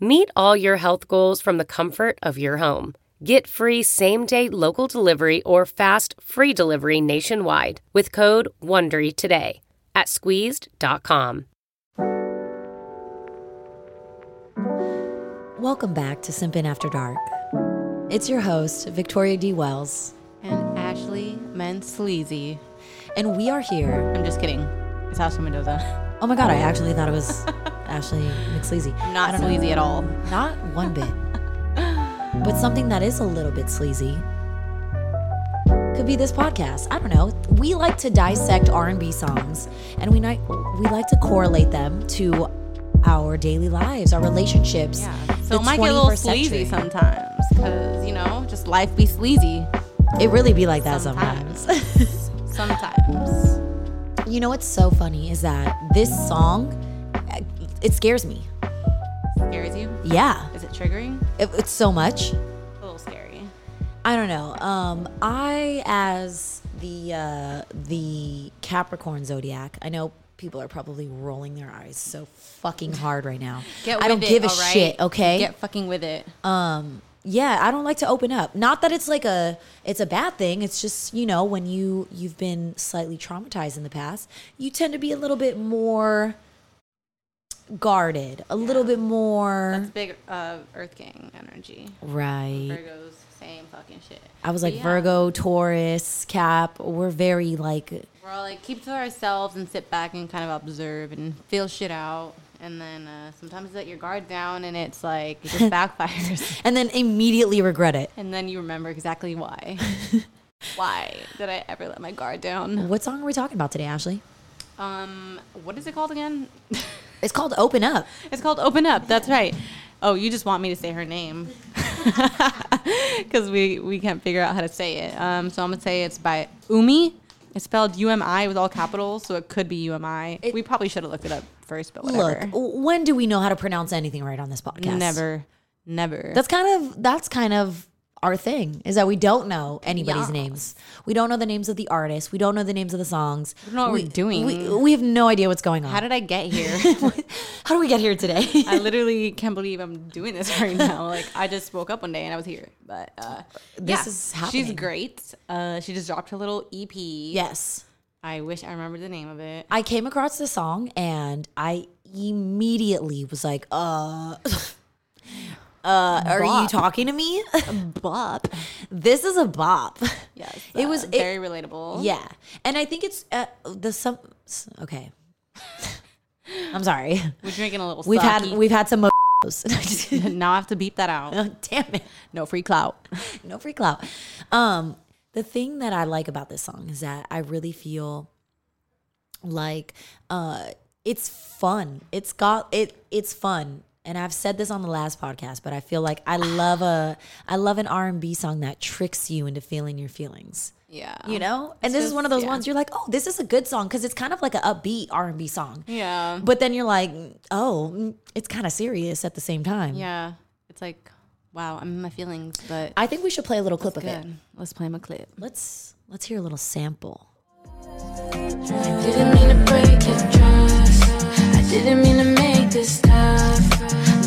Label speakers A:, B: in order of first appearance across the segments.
A: Meet all your health goals from the comfort of your home. Get free same day local delivery or fast free delivery nationwide with code WONDERY today at squeezed.com.
B: Welcome back to Simpin After Dark. It's your host, Victoria D. Wells,
C: And Ashley Mansleazy.
B: and we are here.
C: I'm just kidding. It's Ashley Mendoza.
B: Oh my god, I actually thought it was Ashley McSleazy. I
C: Not
B: don't know.
C: sleazy at all.
B: Not one bit. but something that is a little bit sleazy could be this podcast. I don't know. We like to dissect R&B songs and we ni- we like to correlate them to our daily lives, our relationships. the
C: So it might get a little
B: 21st
C: sleazy
B: century.
C: sometimes because, you know, just life be sleazy
B: It really be like that
C: sometimes.
B: sometimes.
C: sometimes.
B: You know what's so funny is that this song uh, it scares me.
C: Scares you?
B: Yeah.
C: Is it triggering?
B: It- it's so much.
C: A little scary.
B: I don't know. Um, I as the uh, the Capricorn zodiac. I know people are probably rolling their eyes so fucking hard right now. I don't give a
C: all right?
B: shit. Okay.
C: Get fucking with it.
B: um. Yeah, I don't like to open up. Not that it's like a it's a bad thing. It's just you know when you you've been slightly traumatized in the past, you tend to be a little bit more guarded, a little bit
C: That's
B: more
C: big uh, Earth Gang energy.
B: right.
C: Virgos, same fucking shit.
B: I was like
C: But yeah,
B: Virgo, Taurus, Cap. We're very like
C: We're all like, keep to ourselves and sit back and kind of observe and feel shit out. And then uh, sometimes you let your guard down and it's like, it just backfires.
B: and then immediately regret it.
C: And then you remember exactly why. why did I ever let my guard down?
B: What song are we talking about today, Ashley?
C: Um, what is it called again?
B: It's called Open Up.
C: it's called Open Up. That's right. Oh, you just want me to say her name because we we can't figure out how to say it. Um, so I'm gonna say it's by Umi. It's spelled U M I with all capitals, so it could be U M I. We probably should have looked it up first, but whatever.
B: Look, w- when do we know how to pronounce anything right on this podcast?
C: never, never.
B: That's kind of that's kind of our thing is that we don't know anybody's names. We don't know the names of the artists. We don't know the names of the songs. We
C: don't know what we're doing.
B: We, we have no idea what's going on.
C: how did I get here?
B: How do we get here today?
C: I literally can't believe I'm doing this right now. Like I just woke up one day and I was here, but uh,
B: This
C: yeah,
B: is
C: She's
B: happening.
C: great. Uh, she just dropped her little EP. Yeah,
B: yes.
C: I wish I remembered the name of it.
B: I came across the song and I immediately was like, uh Uh, are you
C: Bop.
B: talking to me?
C: Bop.
B: this is a bop.
C: Yes,
B: It
C: it
B: was-
C: was
B: it-
C: uh, very relatable.
B: Yeah, and I think it's uh, the some. s- Okay, I'm sorry.
C: we're drinking a little.
B: We've had
C: sake.
B: we've had some. mojos.
C: now I have to beep that out.
B: Damn it!
C: No free clout.
B: No freak out. Um, the thing that I like about this song is that I really feel like uh, it's fun. It's got it. It's fun. And I've said this on the last podcast, but I feel like I love a I love an R and B song that tricks you into feeling your feelings.
C: Yeah,
B: you know and this is
C: Um, just-
B: one of those
C: yeah.
B: ones you're like oh this is a good song because it's kind of like an upbeat r&b song
C: Yeah,
B: but then you're like oh mm, it's kind of serious at the same time
C: yeah. It's like, wow, I'm in my feelings, but
B: i think we should play a little clip of it
C: good. Let's play him a clip.
B: let's let's hear a little sample
D: Didn't mean to break your trust. I didn't mean to make this time.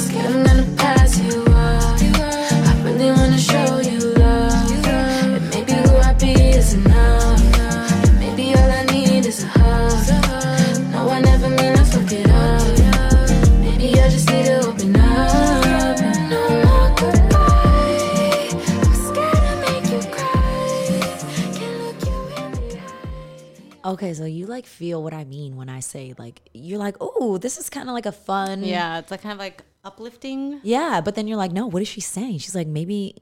B: okay, so you like feel what I mean when I say like you're like, oh, this is kind of like a fun,
C: Yeah, it's like kind of like uplifting.
B: yeah. But then you're like, no, what is she saying? She's like, maybe,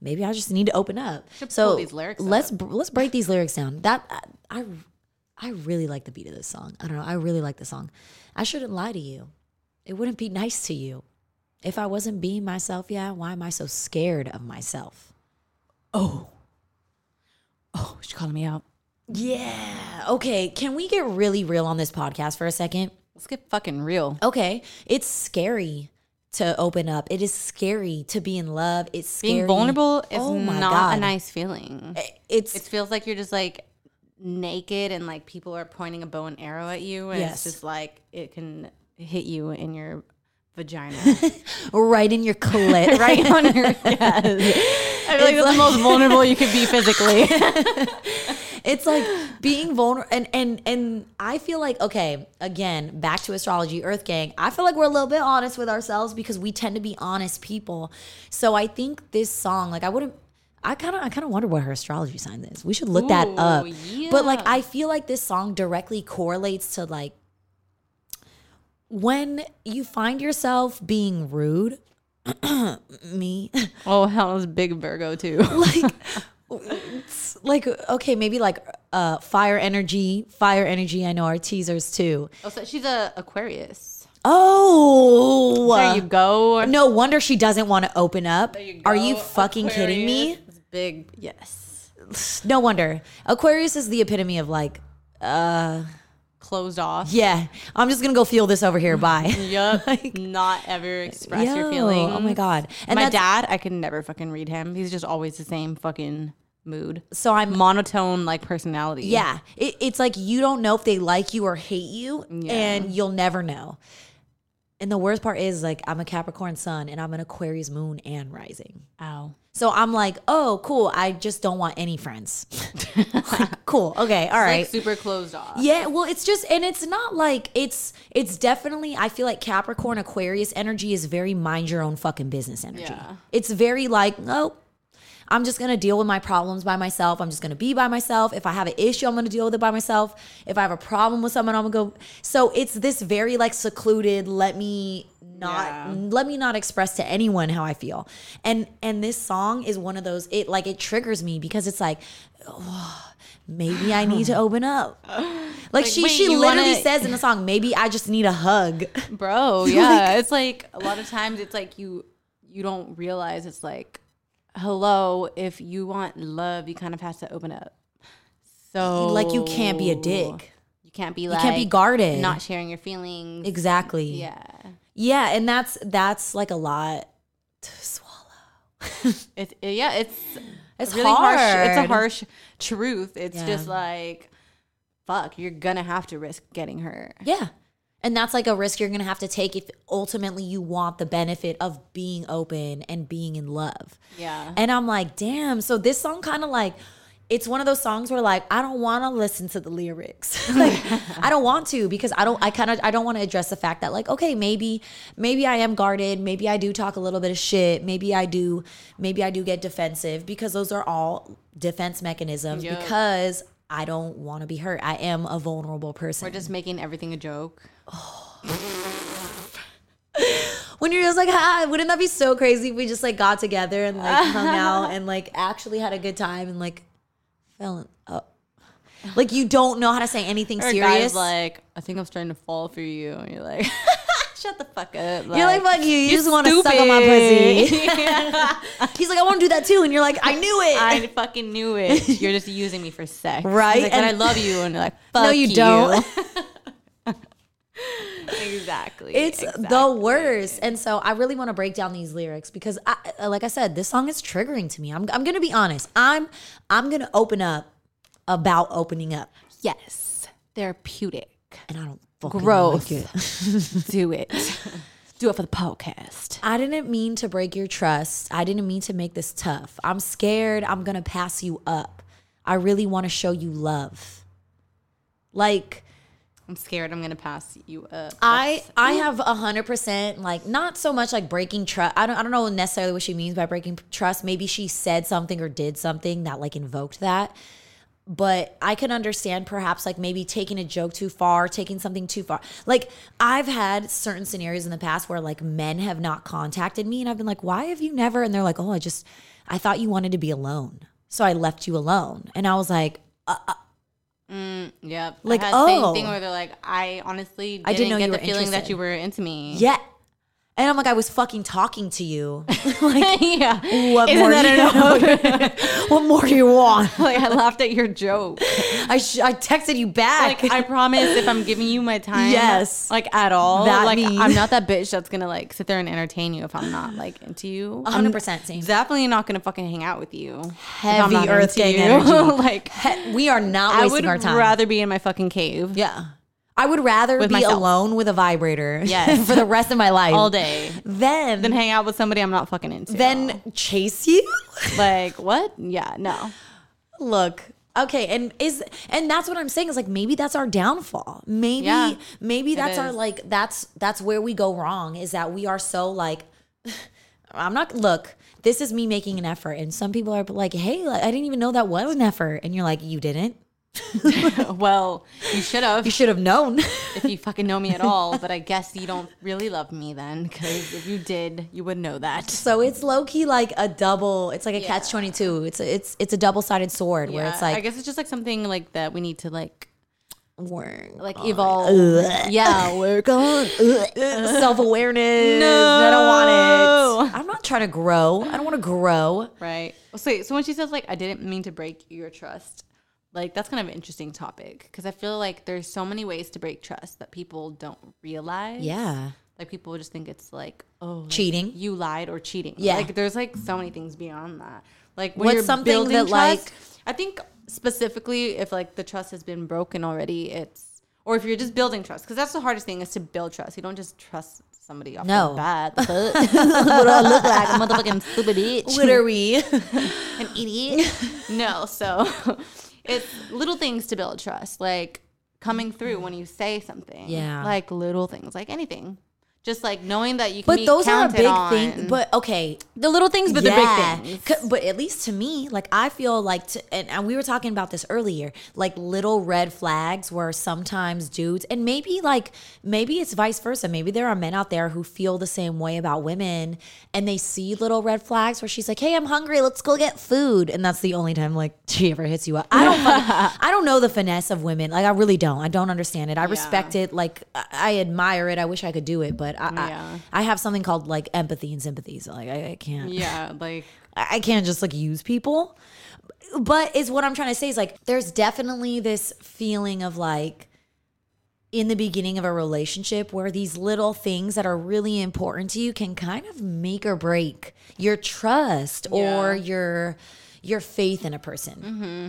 B: maybe I just need to open up.
C: Should
B: so
C: pull these lyrics
B: let's
C: up.
B: br- let's break these lyrics down. That I, I really like the beat of this song. I don't know. I really like the song. I shouldn't lie to you. It wouldn't be nice to you if I wasn't being myself. Yeah, why am I so scared of myself?
C: Oh, oh, she calling me out.
B: Yeah. Okay. Can we get really real on this podcast for a second?
C: Let's get fucking real.
B: Okay. It's scary to open up. It is scary to be in love. It's scary.
C: Being vulnerable is
B: Oh my
C: not
B: God.
C: a nice feeling.
B: I- It's,
C: It feels like you're just like naked and like people are pointing a bow and arrow at you. And
B: Yes.
C: it's just like it can hit you in your vagina.
B: right in your clit.
C: right on your yes. I feel like
B: It's
C: that's the most vulnerable you could be physically.
B: it's like being vulnerable and and and i feel like okay again back to astrology earth gang i feel like we're a little bit honest with ourselves because we tend to be honest people so i think this song like i wouldn't I kind of, I kind of wonder what her astrology sign is. We should look that
C: Ooh,
B: up. But like,
C: yeah.
B: I feel like this song directly correlates to like when you find yourself being rude. me,
C: oh, hell, it's big Virgo too.
B: like it's like okay maybe like uh fire energy fire energy i know our teasers too
C: Oh, so she's a Aquarius.
B: oh
C: There you go.
B: no wonder she doesn't want to open up
C: There
B: are you
C: go,
B: fucking kidding me
C: Aquarius. It's big. Yes.
B: no wonder aquarius is the epitome of like
C: Closed off.
B: yeah i'm just gonna go feel this over here bye
C: Yup. not ever express
B: Yo,
C: your feelings.
B: oh my god and
C: my
B: that's
C: dad, I can never fucking read him. He's just always the same fucking mood.
B: so i'm
C: Monotone like personality.
B: Yeah. It, it's like you don't know if they like you or hate you, and you'll never know. And the worst part is like I'm a Capricorn sun and I'm an Aquarius moon and rising.
C: Ow.
B: So I'm like, oh, cool. I just don't want any friends. Like, cool. Okay. All right.
C: Like super closed off.
B: Yeah, well, it's just, and it's not like it's, it's definitely. I feel like Capricorn Aquarius energy is very mind your own fucking business energy.
C: Yeah.
B: It's very like, nope. I'm just gonna deal with my problems by myself. I'm just gonna be by myself. If I have an issue, I'm gonna deal with it by myself. If I have a problem with someone, I'm gonna go. So it's this very like secluded. Let me not
C: Yeah.
B: let me not express to anyone how I feel. And and this song is one of those. It like it triggers me because it's like. oh, Maybe I need to open up. Like, she,
C: wait,
B: she
C: you
B: literally
C: wanna-
B: says in the song, maybe I just need a hug.
C: Bro, yeah. it's like a lot of times it's like you you don't realize it's like hello, if you want love, you kind of have to open up. So
B: Like you can't be a dick.
C: You can't be
B: You
C: like
B: can't be guarded.
C: Not sharing your feelings.
B: Exactly.
C: Yeah.
B: Yeah, and that's that's like a lot to swallow.
C: It's yeah, it's
B: It's
C: really harsh. It's a
B: hard.
C: harsh truth. It's
B: Yeah.
C: just like fuck, you're gonna have to risk getting hurt.
B: Yeah. And that's like a risk you're going to have to take if ultimately you want the benefit of being open and being in love.
C: Yeah.
B: And I'm like, "Damn." So this song kind of like it's one of those songs where like I don't want to listen to the lyrics. like I don't want to because I don't I kind of I don't want to address the fact that like okay, maybe maybe I am guarded, maybe I do talk a little bit of shit, maybe I do maybe I do get defensive because those are all defense mechanisms
C: Yup.
B: because I don't want to be hurt. I am a vulnerable person.
C: We're just making everything a joke.
B: when you're just like, ah, wouldn't that be so crazy if we just like got together and like hung out and like actually had a good time and like fell in oh. Like you don't know how to say anything
C: Or a
B: serious.
C: guy's like, I think I'm starting to fall for you, and you're like, shut the fuck up.
B: you're like, fuck you. You just want to suck on my pussy. He's like, I want to do that too, and you're like, I knew it.
C: I fucking knew it. You're just using me for sex,
B: Right?
C: He's Like, and I
B: And-
C: love you, and you're like, fuck
B: no, you, don't.
C: exactly.
B: It's the worst. And so I really want to break down these lyrics because I uh, like I said, this song is triggering to me. I'm I'm going to be honest. I'm I'm going to open up about opening up
C: yes, therapeutic.
B: and I don't fucking
C: Growth.
B: like it.
C: Do it. Do it for the podcast.
B: I didn't mean to break your trust. I didn't mean to make this tough. I'm scared I'm going to pass you up. I really want to show you love. Like
C: I'm scared. I'm gonna pass you up.
B: I I have 100% like not so much like breaking trust. I don't I don't know necessarily what she means by breaking trust. Maybe she said something or did something that like invoked that. but I can understand perhaps like maybe taking a joke too far, taking something too far. Like I've had certain scenarios in the past where like men have not contacted me and I've been like, "Why have you never?" and they're like, "Oh, I just I thought you wanted to be alone. So I left you alone." And I was like,
C: Yep.
B: Like,
C: I had the same
B: oh.
C: thing where they're like, I honestly didn't,
B: I didn't know
C: get
B: you
C: the
B: were
C: feeling that
B: interested.
C: you were into me.
B: "Yeah." And I'm like, "I was fucking talking to you."
C: yeah.
B: What
C: Isn't
B: more
C: that
B: do you what more do you want?
C: like I laughed at your joke.
B: I sh- I texted you back.
C: Like I promise, if I'm giving you my time,
B: Yes.
C: like at all,
B: That
C: like
B: means-
C: I'm not that bitch that's gonna like sit there and entertain you if I'm not like into you. I'm
B: 100% same.
C: definitely not gonna fucking hang out with you. if I'm
B: Heavy
C: not
B: earth
C: into
B: gang
C: you.
B: energy.
C: like
B: He- we are not
C: I
B: wasting
C: would
B: our time.
C: rather be in my fucking cave
B: Yeah. I would rather
C: With
B: be
C: myself.
B: alone with a vibrator
C: Yes.
B: for the rest of my life.
C: all day
B: Then
C: than
B: then,
C: hang out with somebody I'm not fucking into.
B: chase you?
C: like what? Yeah, no.
B: Look. Okay, and is and that's what I'm saying is like maybe that's our downfall. Maybe
C: Yeah,
B: maybe that's our
C: is.
B: like that's that's where we go wrong is that we are so like I'm not look, this is me making an effort and some people are like, "Hey, like, I didn't even know that was an effort." And you're like, "You didn't?
C: Well, you should have
B: You should have known."
C: if you fucking know me at all. But I guess you don't really love me then, because if you did, you would know that.
B: So it's low key like a double. It's like a catch twenty two. It's a, it's it's a double sided sword where it's like
C: I guess it's just like something like that we need to like
B: work
C: like evolve. yeah, work on.
B: self awareness. I don't want it. I'm not trying to grow. I don't want to grow.
C: Right. So, so when she says like I didn't mean to break your trust, like that's kind of an interesting topic because I feel like there's so many ways to break trust that people don't realize.
B: Yeah.
C: Like people just think it's like oh like,
B: Cheating.
C: you lied or cheating.
B: Yeah.
C: Like there's like so many things beyond that. Like when
B: What's
C: you're
B: something
C: building
B: that,
C: trust,
B: like-
C: I think specifically if like the trust has been broken already, it's or if you're just building trust because that's the hardest thing is to build trust. You don't just trust somebody off
B: No.
C: the bat. What do I look like? A motherfucking stupid bitch.
B: What are we?
C: An idiot. no, so it's little things to build trust, like coming through when you say something.
B: Yeah.
C: Like little things, like anything. Just like knowing that you can
B: but
C: be
B: those are a
C: counted
B: big
C: on.
B: thing. But okay,
C: the little things, but
B: Yeah.
C: the big things.
B: C- But at least to me, like I feel like, to, and, and we were talking about this earlier, like little red flags where sometimes dudes, and maybe like, maybe it's vice versa. Maybe there are men out there who feel the same way about women and they see little red flags where she's like, hey, I'm hungry. Let's go get food. And that's the only time like she ever hits you up. I don't, fucking- I don't know the finesse of women. Like I really don't. I don't understand it. I respect it. Like I, I admire it. I wish I could do it, but I,
C: Yeah.
B: I, I have something called like empathy and sympathy. So like I, I can't.
C: Yeah, like
B: I I can't just like use people. But is what I'm trying to say is like there's definitely this feeling of like in the beginning of a relationship where these little things that are really important to you can kind of make or break your trust or your your faith in a person.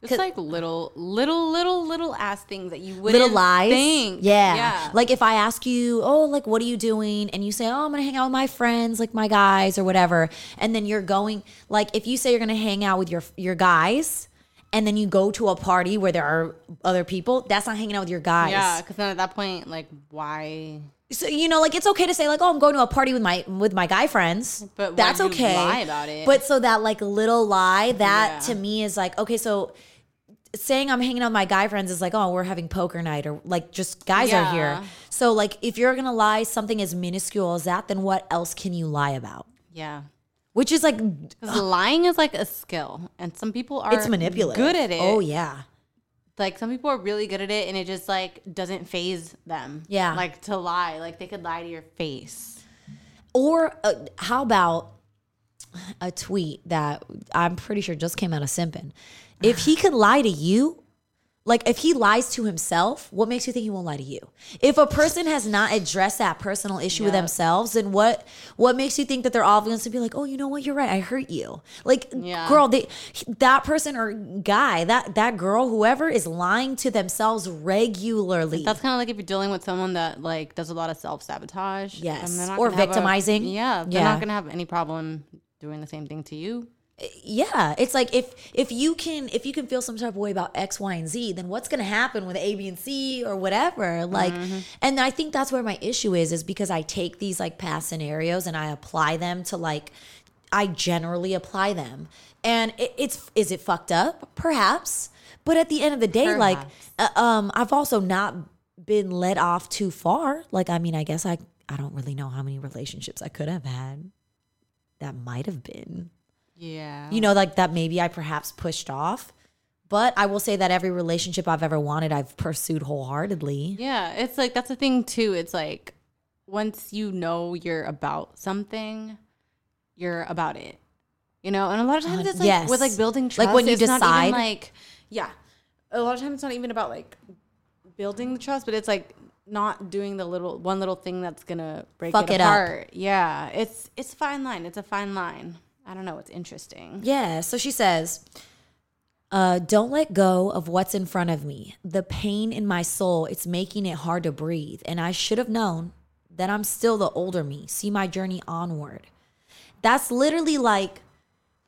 C: it's like little, little, little, little ass things that you wouldn't
B: Little lies.
C: think.
B: Yeah.
C: yeah.
B: Like if I ask you, "Oh, like what are you doing?" and you say, "Oh, I'm going to hang out with my friends, like my guys or whatever." And then you're going like if you say you're going to hang out with your your guys and then you go to a party where there are other people, that's not hanging out with your guys.
C: yeah, because then at that point, like, why?
B: So you know, like it's okay to say like, "Oh, I'm going to a party with my with my guy friends."
C: But why
B: that's
C: do you
B: okay.
C: lie about it?
B: But so that like little lie that to
C: Yeah.
B: me is like, okay, so saying I'm hanging out with my guy friends is like, oh, we're having poker night or like just guys are here.
C: Yeah.
B: So like if you're gonna lie something as minuscule as that, then what else can you lie about?
C: Yeah,
B: Which is like
C: because lying is like a skill, and some people are
B: it's manipulative.
C: good at it.
B: Oh yeah.
C: like some people are really good at it and it just like doesn't phase them
B: Yeah.
C: like to lie like they could lie to your face
B: Or uh, how about a tweet that I'm pretty sure just came out of Simpin. If he could lie to you, like if he lies to himself, what makes you think he won't lie to you? If a person has not addressed that personal issue with themselves, then what what makes you think that they're all going to be like, "Oh, you know what? You're right. I hurt you." Like,
C: Yeah.
B: girl, they that person or guy, that that girl, whoever is lying to themselves regularly.
C: that's kind of like if you're dealing with someone that like does a lot of self-sabotage then
B: Yes.
C: they're not
B: Or
C: gonna have a-
B: victimizing.
C: yeah they're
B: Yeah.
C: not gonna have any problem doing the same thing to you
B: yeah it's like if if you can if you can feel some type of way about x y and z then what's going to happen with a b and c or whatever like and i think that's where my issue is is because i take these like past scenarios and i apply them to like I generally apply them. And it, it's is it fucked up? Perhaps. But at the end of the day, like uh, um I've also not been led off too far. Like I mean, I guess I I don't really know how many relationships I could have had that might have been.
C: Yeah.
B: You know, like that maybe I perhaps pushed off. But I will say that every relationship I've ever wanted, I've pursued wholeheartedly.
C: Yeah, it's like that's the thing too. It's like once you know you're about something, you're about it. You know, and a lot of times
B: Uh,
C: it's like
B: yes.
C: with like building trust.
B: Like, when you
C: it's not
B: decide-
C: even like yeah, a lot of times it's not even about like building the trust, but it's like not doing the little one little thing that's gonna break
B: Fuck
C: it
B: it up.
C: apart. Yeah, it's it's a fine line. It's a fine line. I don't know. It's interesting.
B: Yeah. So she says, uh, don't let go of what's in front of me. The pain in my soul, it's making it hard to breathe. And I should have known that I'm still the older me. See my journey onward. That's literally like,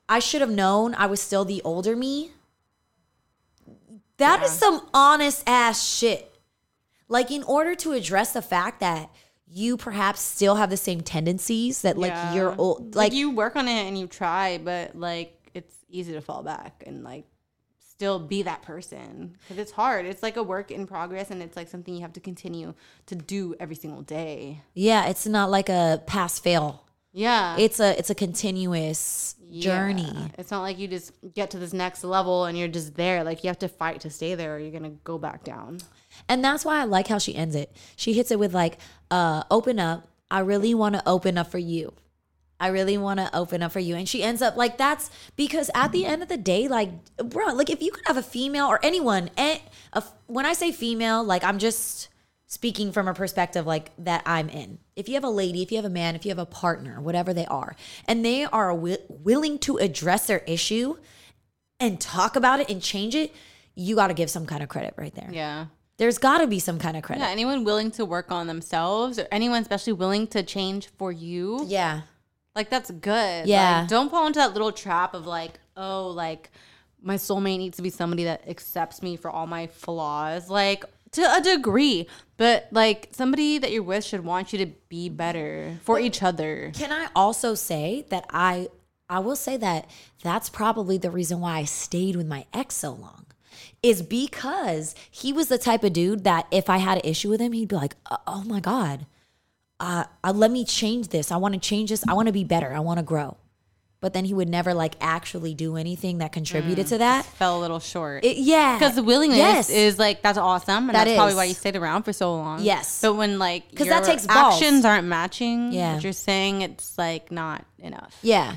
B: I should have known I was still the older me. That is some honest ass shit. Like, in order to address the fact that you perhaps still have the same tendencies that, like,
C: Yeah.
B: you're old,
C: like
B: like,
C: you work on it and you try, but like it's easy to fall back and like still be that person because it's hard. It's like a work in progress and it's like something you have to continue to do every single day.
B: Yeah, it's not like a pass fail.
C: Yeah,
B: It's a it's a continuous
C: Yeah.
B: journey.
C: It's not like you just get to this next level and you're just there. Like you have to fight to stay there, or you're gonna go back down.
B: And that's why I like how she ends it. She hits it with like, uh, open up. I really want to open up for you. I really want to open up for you. And she ends up like that's because at the end of the day, like, bro, like if you could have a female or anyone, eh, a f- when I say female, like I'm just speaking from a perspective like that I'm in. If you have a lady, if you have a man, if you have a partner, whatever they are, and they are wi- willing to address their issue and talk about it and change it, you got to give some kind of credit right there.
C: Yeah.
B: There's got to be some kind of credit.
C: Yeah, anyone willing to work on themselves or anyone especially willing to change for you.
B: Yeah.
C: Like that's good.
B: Yeah.
C: Like, don't fall into that little trap of like, oh, like my soulmate needs to be somebody that accepts me for all my flaws. Like to a degree, but like somebody that you're with should want you to be better for each other.
B: Can I also say that I I will say that that's probably the reason why I stayed with my ex so long. Is because he was the type of dude that if I had an issue with him, he'd be like, "Oh- "Oh my god, uh, uh, let me change this. I want to change this. I want to be better. I want to grow." But then he would never like actually do anything that contributed to that.
C: Fell a little short.
B: It- yeah,
C: Mm. because the willingness
B: Yes.
C: is like that's awesome, and
B: That
C: that's probably
B: is.
C: why you stayed around for so long.
B: Yes.
C: but when like
B: 'Cause that
C: your
B: takes balls.
C: actions aren't matching,
B: Yeah.
C: what you're saying it's like not enough.
B: yeah.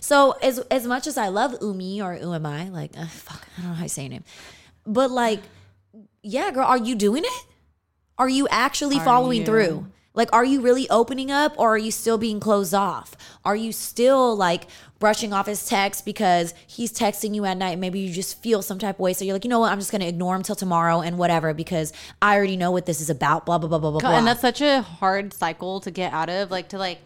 B: So as as much as I love Umi or Umai, like uh, fuck, I don't know how you say your name, but like, yeah, girl, are you doing it? Are you actually following through? Like, are you really opening up, or are you still being closed off? Are you still like brushing off his text because he's texting you at night? Maybe you just feel some type of way, so you're like, you know what, I'm just gonna ignore him till tomorrow and whatever because I already know what this is about. Blah blah blah blah blah.
C: God,
B: blah.
C: And that's such a hard cycle to get out of, like to like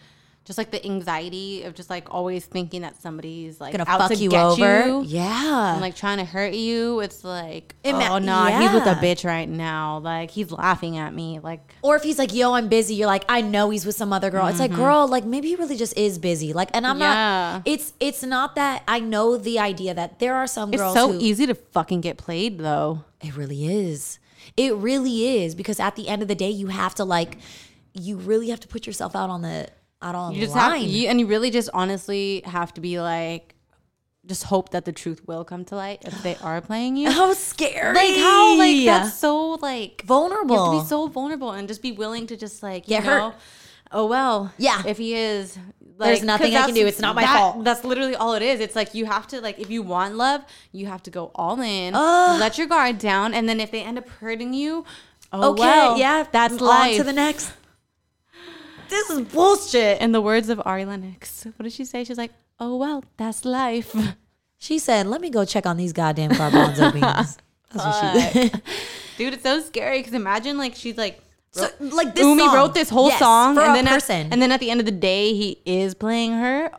C: just like the anxiety of just like always thinking that somebody's like
B: gonna
C: out
B: fuck
C: to
B: you
C: get
B: over.
C: you
B: Yeah.
C: and like trying to hurt you. It's like
B: It ma-
C: oh no, he's with a
B: yeah.
C: bitch right now. Like he's laughing at me. Like
B: Or if he's like, yo, I'm busy, you're like, I know he's with some other girl. It's like, girl, like maybe he really just is busy. Like, and I'm
C: Mm-hmm. Yeah.
B: not it's it's not that I know the idea that there are some
C: it's
B: girls
C: so
B: who
C: easy to fucking get played though.
B: it really is. It really is. Because at the end of the day, you have to like you really have to put yourself out on the out on
C: You just
B: the line.
C: have you, and you really just honestly have to be like just hope that the truth will come to light if they are playing you.
B: how scary.
C: like how like that's so like
B: vulnerable.
C: You have to be so vulnerable and just be willing to just like you
B: Get hurt.
C: know, Oh well,
B: Yeah.
C: If he is,
B: There's
C: 'cause
B: nothing I can
C: that's-
B: do. It's not my
C: that-
B: fault.
C: That's literally all it is. It's like you have to like if you want love, you have to go all in, let your guard down, and then if they end up hurting you, oh
B: okay,
C: well,
B: yeah,
C: that's
B: on
C: life.
B: to the next. This is bullshit.
C: In the words of Ari Lennox, what did she say? She's like, oh, well, that's life.
B: She said, "Let me go check on these goddamn garbanzo beans." That's what she said.
C: Dude, it's so scary because imagine like she's like,
B: so, like this
C: Umi
B: song.
C: wrote this whole
B: Yes,
C: song
B: for
C: and
B: a
C: then
B: person.
C: At, and then at the end of the day, he is playing her.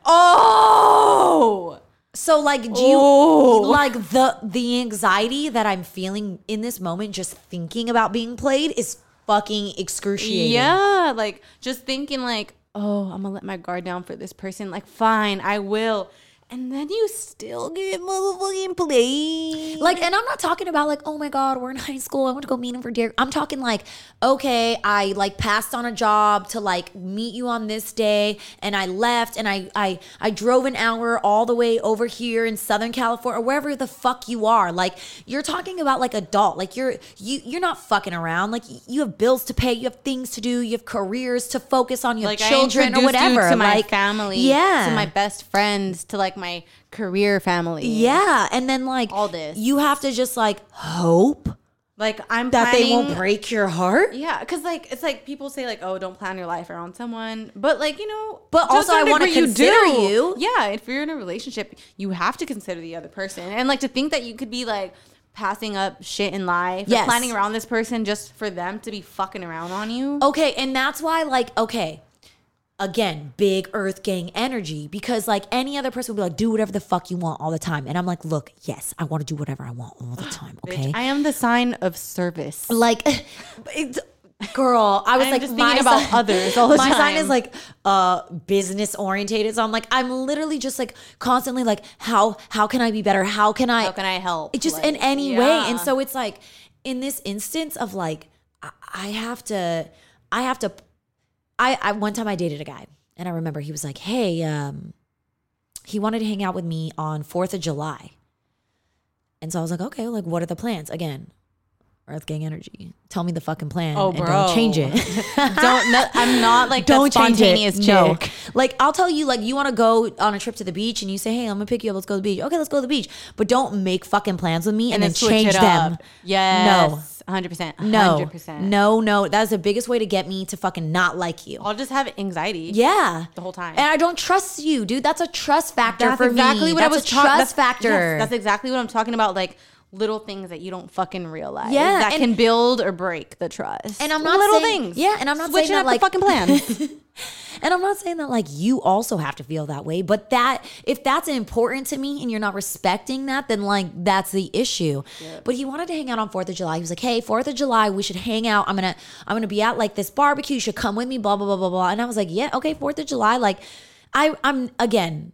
C: Oh,
B: So like do you
C: Oh.
B: like the the anxiety that I'm feeling in this moment just thinking about being played is fucking excruciating.
C: yeah. Like just thinking like, oh, I'm gonna let my guard down for this person. Like, fine, I will. And then you still get motherfucking played.
B: Like and I'm not talking about like oh my god we're in high school I want to go meet him for dinner. I'm talking like okay I like passed on a job to like meet you on this day and I left and I I I drove an hour all the way over here in Southern California or wherever the fuck you are. Like you're talking about like adult like you're you you're not fucking around like y- you have bills to pay you have things to do you have careers to focus on you have
C: like
B: children or whatever
C: you to my
B: like
C: family,
B: yeah
C: to my best friends, to like my career family.
B: yeah and then like
C: All this.
B: you have to just like hope
C: like I'm
B: that
C: planning,
B: they won't break your heart
C: Yeah, because like it's like people say like, oh, don't plan your life around someone, but like you know,
B: But
C: to a
B: also I
C: certain
B: wanna
C: degree
B: consider you.
C: Yeah, if you're in a relationship, you have to consider the other person, and like to think that you could be like passing up shit in life, or
B: Yes.
C: planning around this person just for them to be fucking around on you.
B: okay and that's why like okay again big earth gang energy because like any other person would be like do whatever the fuck you want all the time and i'm like look yes i want to do whatever i want all the time okay
C: I am the sign of service.
B: like it's, girl i was
C: I'm
B: like
C: just
B: my
C: thinking about
B: sign-
C: others all the
B: my sign is
C: time.
B: like uh business orientated so i'm like i'm literally just like constantly like how how can i be better how can i
C: How can I help?
B: it just in
C: Like,
B: any way
C: yeah.
B: and so it's like in this instance of like i, I have to i have to I, I one time I dated a guy and I remember he was like, "Hey, um he wanted to hang out with me on 4th of July." And so I was like, "Okay, like what are the plans?" Again, Earth Gang energy. Tell me the fucking plan
C: Oh,
B: and
C: bro.
B: don't change it.
C: don't. No, I'm not like
B: don't
C: don't that
B: change
C: spontaneous
B: it. No.
C: chick.
B: Like I'll tell you like you want to go on a trip to the beach and you say, "Hey, I'm going to pick you up. Let's go to the beach." Okay, let's go to the beach. But don't make fucking plans with me and, then,
C: switch
B: change
C: it
B: them.
C: up. Yes. No. 100%.
B: No.
C: 100%.
B: No. No, no. That's the biggest way to get me to fucking not like you.
C: I'll just have anxiety.
B: Yeah.
C: the whole time.
B: And I don't trust you, dude. That's a trust factor for me. That's a
C: talk-
B: trust
C: that's-
B: factor.
C: yes, that's exactly what I'm talking about. Like little things that you don't fucking realize.
B: Yeah,
C: that
B: and-
C: can build or break the trust.
B: And I'm not
C: little
B: saying-
C: things.
B: yeah, and I'm not
C: switching
B: saying
C: up
B: that,
C: the fucking plans.
B: and I'm not saying that like you also have to feel that way, but that if that's important to me and you're not respecting that, then like that's the issue. But he wanted to hang out on 4th of July. He was like, "Hey, 4th of July, we should hang out. I'm going to I'm going to be at like this barbecue. You should come with me, blah blah blah blah blah." And I was like, "Yeah, okay, 4th of July." Like I I'm again,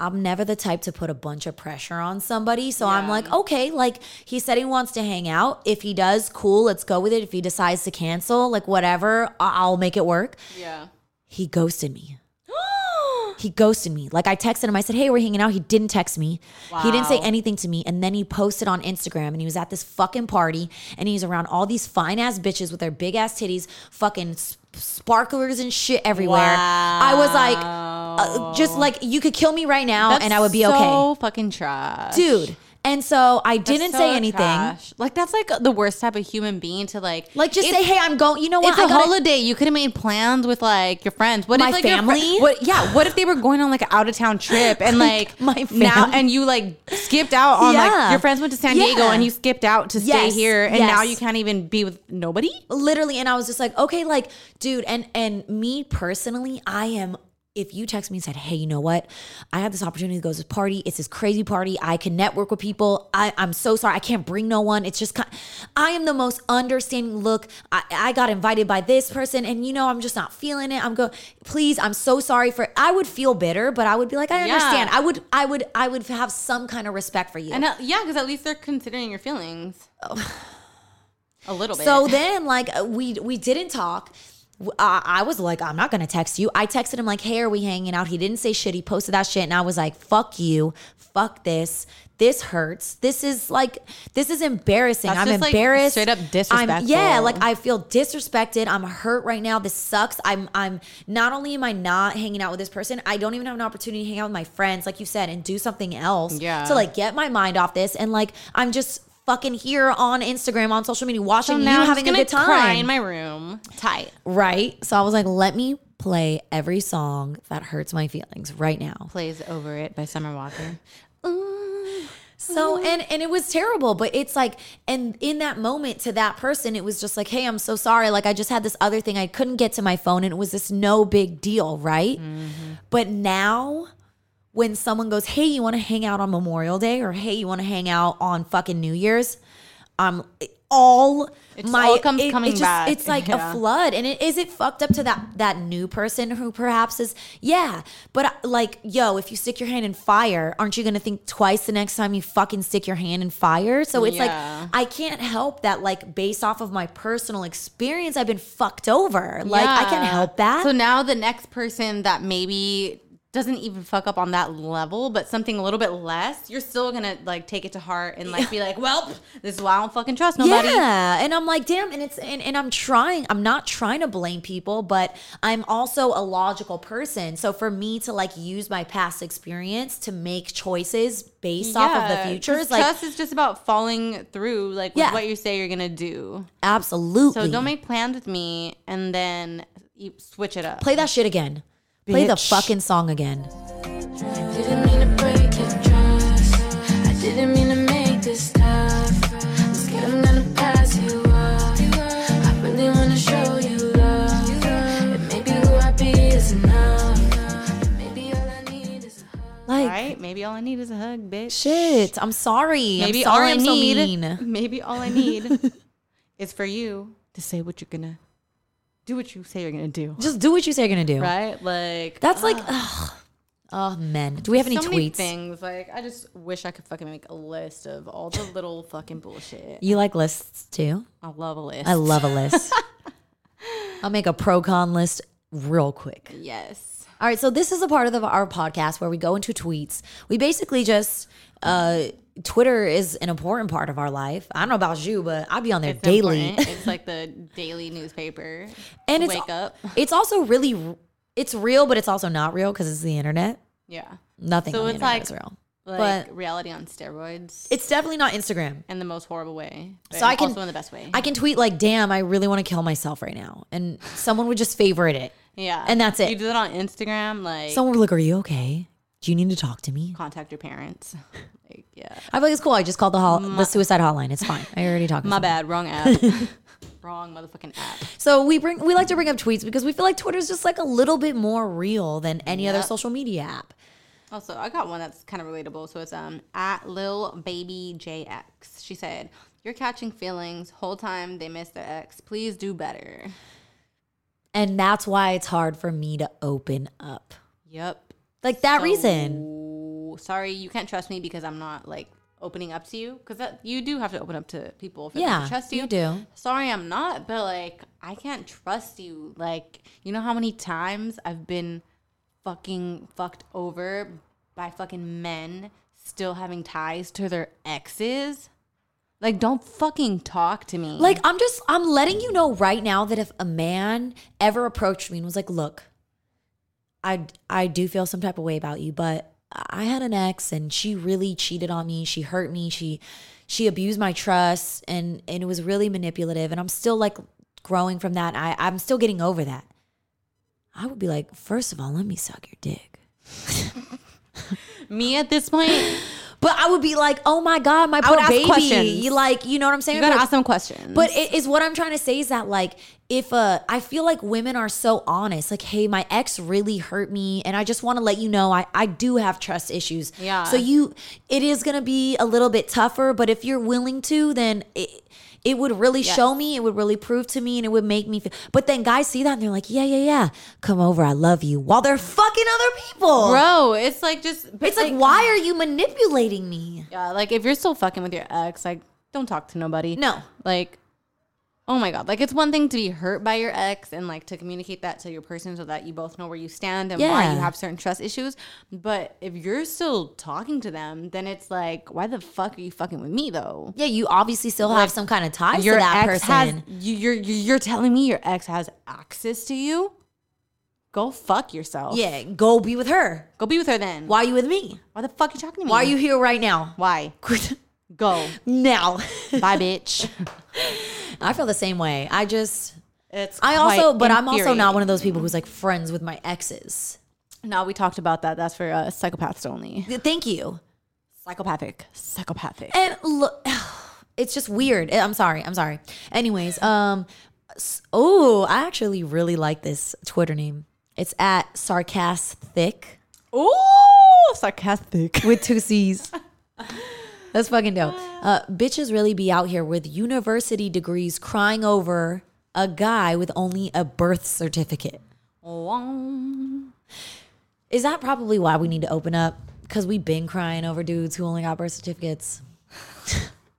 B: I'm never the type to put a bunch of pressure on somebody. So I'm like, okay, like he said he wants to hang out. If he does, cool, let's go with it. If he decides to cancel, like whatever, I- I'll make it work.
C: yeah.
B: He ghosted me. he ghosted me. Like I texted him, I said, hey, we're hanging out. He didn't text me. He didn't say
C: Wow.
B: anything to me. And then he posted on Instagram and he was at this fucking party and he's around all these fine ass bitches with their big ass titties, fucking s- sparklers and shit everywhere. I was like, uh, just like, you could kill me right now and I would be okay
C: So fucking trash,
B: dude. And so I
C: That's
B: didn't
C: so
B: say anything.
C: trash. Like that's like the worst type of human being to like.
B: Like just
C: it-
B: say, hey, I'm going. You know what?
C: It's
B: I
C: a
B: gotta-
C: holiday. You could have made plans with like your friends. What
B: My
C: if like your fri-
B: family?
C: what? Yeah. What if they were going on like an out of town trip and like
B: my
C: now
B: fam-
C: and you like skipped out on
B: Yeah.
C: like your friends went to San Diego
B: Yeah.
C: and you skipped out to stay
B: Yes,
C: here and now
B: yes.
C: you can't even be with nobody.
B: literally. And I was just like, okay, like, dude. And and me personally, I am. If you text me and said, hey, you know what? I had this opportunity to go to this party. It's this crazy party. I can network with people. I, I'm so sorry. I can't bring no one. It's just, kind, I am the most understanding. Look, I, I got invited by this person, and you know, I'm just not feeling it. I'm go. Please, I'm so sorry for. I would feel bitter, but I would be like, I
C: Yeah.
B: understand. I would, I would, I would have some kind of respect for you.
C: And uh, yeah, because at least they're considering your feelings. A little bit.
B: So then, like uh, we we didn't talk. W- I, I was like, I'm not gonna text you. I texted him like, Hey, are we hanging out? He didn't say shit. He posted that shit, and I was like, Fuck you, fuck this. This hurts. This is like, this is embarrassing.
C: That's
B: I'm
C: just, like,
B: embarrassed.
C: straight up
B: I'm, yeah,
C: disrespectful.
B: like I feel disrespected. I'm hurt right now. This sucks. I'm I'm not only am I not hanging out with this person, I don't even have an opportunity to hang out with my friends, like you said, and do something else.
C: Yeah.
B: To like get my mind off this, and like I'm just fucking here on Instagram, on social media, watching
C: So
B: you
C: now I'm
B: having a
C: just gonna
B: good time.
C: cry in my room, tight.
B: right? So I was like, let me play every song that hurts my feelings right now.
C: Plays over it by Summer Walker. Mm-hmm.
B: So and and it was terrible, but it's like and in that moment to that person it was just like, "Hey, I'm so sorry. Like I just had this other thing. I couldn't get to my phone and it was this no big deal, right?"
C: Mm-hmm.
B: But now when someone goes, "Hey, you want to hang out on Memorial Day or hey, you want to hang out on fucking New Year's?" Um all
C: It's
B: my
C: all comes coming
B: just,
C: back.
B: It's like
C: Yeah.
B: a flood and it is it fucked up to that that new person who perhaps is yeah, but uh, like yo, if you stick your hand in fire, aren't you going to think twice the next time you fucking stick your hand in fire? So it's
C: Yeah.
B: like I can't help that like based off of my personal experience I've been fucked over. Like I can't
C: Yeah.
B: help that.
C: So now the next person that maybe doesn't even fuck up on that level, but something a little bit less, you're still gonna like take it to heart and like be like, well, this is why I don't fucking trust nobody.
B: Yeah, and I'm like, damn, and it's and, and I'm trying. I'm not trying to blame people, but I'm also a logical person. So for me to like use my past experience to make choices based off of the future is like
C: trust is just about falling through, like with
B: Yeah.
C: what you say you're gonna do.
B: absolutely.
C: So don't make plans with me and then you switch it up.
B: play that shit again. Play the
C: Bitch.
B: fucking song again.
D: Didn't mean to break your trust. I didn't mean to make this tough. I'm scared I'm gonna pass you off. I really wanna show you love. And maybe who I be is enough. And maybe all I need is a hug.
B: Like
C: right? Maybe all I need is a hug, bitch.
B: shit. I'm sorry.
C: Maybe
B: I'm
C: all
B: sorry
C: I
B: I'm so
C: need.
B: mean.
C: Maybe all I need is for you to say what you're gonna do. What you say you're gonna do,
B: Just do what you say you're gonna do.
C: right? Like
B: That's like, ugh. oh man. Do we have any
C: so many
B: tweets?
C: things. Like I just wish I could fucking make a list of all the little fucking bullshit.
B: You like lists too?
C: I love a list.
B: I love a list. I'll make a pro con list real quick.
C: yes.
B: All right, so this is a part of the, our podcast where we go into tweets. We basically just uh Twitter is an important part of our life. I don't know about you, but I'll be on there daily.
C: Important. It's like the daily newspaper.
B: And it's
C: wake up.
B: it's also really it's real, but it's also not real because it's the internet.
C: Yeah.
B: Nothing
C: So
B: on the
C: it's
B: internet
C: like-
B: is real.
C: Like
B: But-
C: reality on steroids.
B: It's definitely not Instagram.
C: in the most horrible way. But
B: So I can
C: also in the best way.
B: I can tweet like, "Damn, I really want to kill myself right now," and someone would just favorite it.
C: yeah.
B: and that's it.
C: You do that on Instagram, like
B: Someone would be like, "Are you okay? Do you need to talk to me?"
C: contact your parents. like, yeah.
B: I feel like it's cool. I just called the hol- the suicide hotline. It's fine. I already talked. to
C: My
B: someone.
C: bad, wrong app. wrong motherfucking app.
B: So we bring we like to bring up tweets because we feel like Twitter's just like a little bit more real than any other
C: Yep.
B: social media app.
C: Also, I got one that's kind of relatable. So it's um at Lil Baby JX. She said, You're catching feelings whole time they miss their ex. Please do better.
B: And that's why it's hard for me to open up.
C: Yep.
B: Like that
C: So,
B: reason.
C: Sorry, you can't trust me because I'm not like opening up to you. Because that you do have to open up to people if they
B: Yeah,
C: trust you.
B: you do.
C: Sorry, I'm not. But like, I can't trust you. Like, you know how many times I've been fucking fucked over by fucking men still having ties to their exes. Like, don't fucking talk to me.
B: Like I'm just I'm letting you know right now that if a man ever approached me and was like, "Look, I I do feel some type of way about you, but I had an ex and she really cheated on me. She hurt me. She she abused my trust and and it was really manipulative and I'm still like growing from that. I I'm still getting over that." I would be like, first of all, let me suck your dick.
C: me at this point,
B: But I would be like, oh my god, my
C: I
B: poor
C: would ask
B: baby.
C: questions.
B: You like, you know what I'm saying?
C: you gotta
B: Like,
C: ask them questions.
B: But it is what I'm trying to say is that like if uh I feel like women are so honest, like, hey, my ex really hurt me and I just want to let you know I, I do have trust issues.
C: Yeah.
B: So you it is gonna be a little bit tougher, but if you're willing to, then it it would really show me, it would really prove to me, and it would make me feel but then guys see that and they're like, Yeah, yeah, yeah, come over, I love you while they're fucking other people.
C: bro, it's like just. but,
B: It's like, why are you manipulating me?
C: Yeah, like if you're still fucking with your ex, like don't talk to nobody.
B: No.
C: Like, oh my god, like it's one thing to be hurt by your ex and like to communicate that to your person so that you both know where you stand and why
B: Yeah.
C: you have certain trust issues. But if you're still talking to them, then it's like, why the fuck are you fucking with me though?
B: Yeah, you obviously still have some kind of ties to that person.
C: has you, you're you're telling me your ex has access to you. Go fuck yourself.
B: Yeah, go be with her.
C: Go be with her then.
B: Why are you with me?
C: Why the fuck are you talking to me?
B: Why are you here right now?
C: Why? Go.
B: Now,
C: Bye, bitch.
B: I feel the same way. I just,
C: It's
B: I also,
C: quite
B: but I'm also
C: infuriating.
B: not one of those people who's like friends with my exes.
C: No, we talked about that. That's for uh, psychopaths only.
B: Thank you.
C: Psychopathic. Psychopathic.
B: And look, it's just weird. Eh, I'm sorry. I'm sorry. Anyways, um, s- oh, I actually really like this Twitter name. It's at sarcastic
C: Ooh, sarcastic.
B: with two C's. That's fucking dope. Uh, bitches really be out here with university degrees crying over a guy with only a birth certificate. Is that probably why we need to open up? Because we've been crying over dudes who only got birth certificates.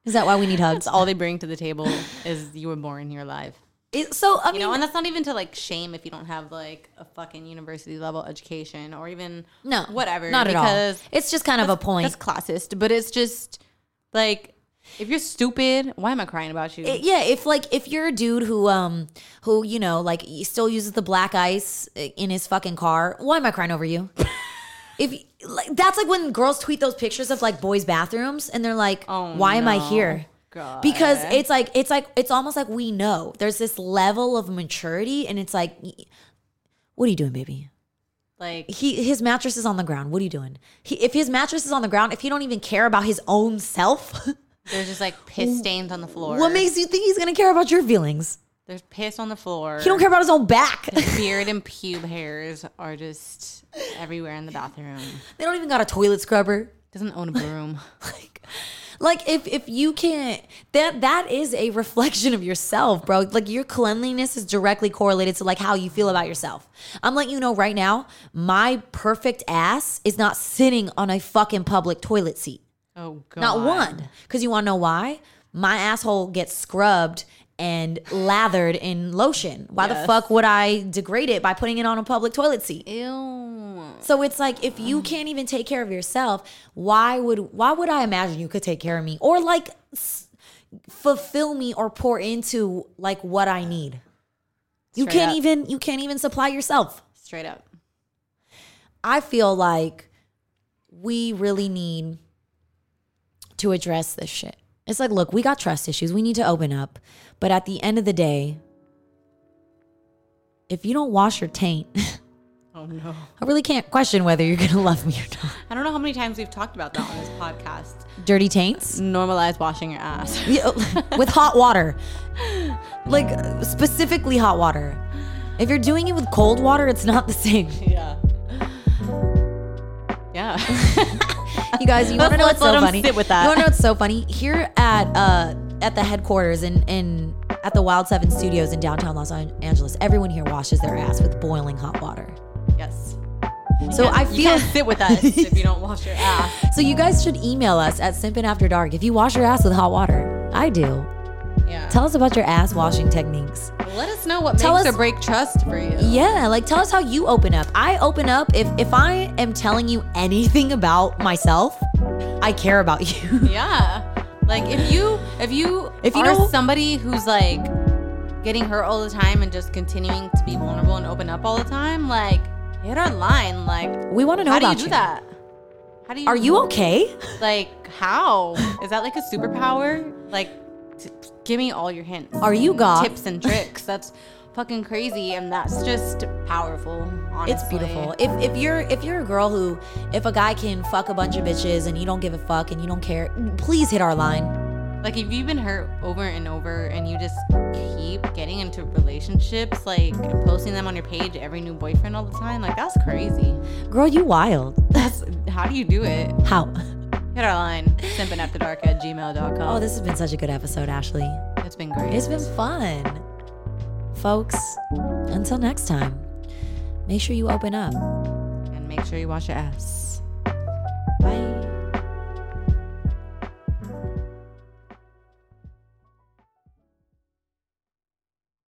B: is that why we need hugs?
C: That's all they bring to the table is you were born, you're alive.
B: It, so I mean,
C: You know, and that's not even to like shame if you don't have like a fucking university level education or even
B: no,
C: whatever.
B: not at all.
C: because
B: It's just kind of a point.
C: That's classist, but it's just like if you're stupid, why am I crying about you?
B: It- yeah, if like if you're a dude who um who you know like he still uses the black ice i- in his fucking car, why am I crying over you? if like that's like when girls tweet those pictures of like boys' bathrooms and they're like,
C: Oh,
B: why am I
C: no.
B: here?
C: God.
B: Because it's like it's like it's almost like we know there's this level of maturity, and it's like, y- what are you doing, baby?
C: like
B: He his mattress is on the ground. What are you doing? He, if his mattress is on the ground, if he don't even care about his own self,
C: there's just like piss stains on the floor.
B: what makes you think he's gonna care about your feelings?
C: there's piss on the floor.
B: He don't care about his own back.
C: Beard and pube hairs are just everywhere in the bathroom.
B: They don't even got a toilet scrubber.
C: Doesn't own a broom.
B: Like, like if if you can't that that is a reflection of yourself, bro. Like your cleanliness is directly correlated to like how you feel about yourself. I'm letting you know right now, my perfect ass is not sitting on a fucking public toilet seat.
C: Oh god.
B: Not one. Cause you wanna know why? My asshole gets scrubbed and lathered in lotion. Why the
C: Yes.
B: fuck would I degrade it by putting it on a public toilet seat?
C: Ew.
B: So it's like if you can't even take care of yourself, why would why would I imagine you could take care of me or like s- fulfill me or pour into like what I need? You
C: Straight
B: can't
C: up.
B: even you can't even supply yourself.
C: Straight up.
B: I feel like we really need to address this shit. It's like, look, we got trust issues. We need to open up. But at the end of the day, if you don't wash your taint,
C: Oh no.
B: I really can't question whether you're going to love me or not.
C: I don't know how many times we've talked about that on this podcast.
B: Dirty taints?
C: Normalize washing your ass.
B: Yeah, with hot water. Like specifically hot water. If you're doing it with cold water, it's not the same.
C: Yeah. Yeah.
B: You guys, you want to know what's
C: Let's
B: so
C: let 'em
B: funny?
C: sit with that.
B: You want to know what's so funny? Here at uh at the headquarters in in at the Wild Seven Studios in downtown Los An- Angeles, everyone here washes their ass with boiling hot water.
C: yes.
B: So I
C: You
B: feel
C: can't sit with us if you don't wash your ass.
B: so. You guys should email us at Simpin After Dark if you wash your ass with hot water. I do.
C: Yeah.
B: Tell us about your ass washing techniques.
C: Let us know what
B: Tell
C: makes
B: us-
C: or break trust for you.
B: Yeah, like tell us how you open up. I open up if if I am telling you anything about myself, I care about you.
C: Yeah. Like if you if you
B: If you
C: are
B: know-
C: somebody who's like getting hurt all the time and just continuing to be vulnerable and open up all the time, like hit our line. Like
B: We want to know
C: how do you
B: about
C: do that? How do you
B: Are you okay?
C: like how? Is that like a superpower? Like t- give me all your hints.
B: Are you goth?
C: tips and tricks? That's fucking crazy and that's just powerful. Honestly.
B: It's beautiful. If if you're if you're a girl who if a guy can fuck a bunch of bitches and you don't give a fuck and you don't care, please hit our line.
C: Like if you've been hurt over and over and you just keep getting into relationships, like and posting them on your page, every new boyfriend all the time, like that's crazy.
B: Girl, you wild.
C: That's how do you do it?
B: How?
C: Hit our line, simpinafterdark at gmail.com.
B: Oh, this has been such a good episode, Ashley.
C: it's been great.
B: It's been fun. Folks, until next time, make sure you open up.
C: and make sure you wash your ass.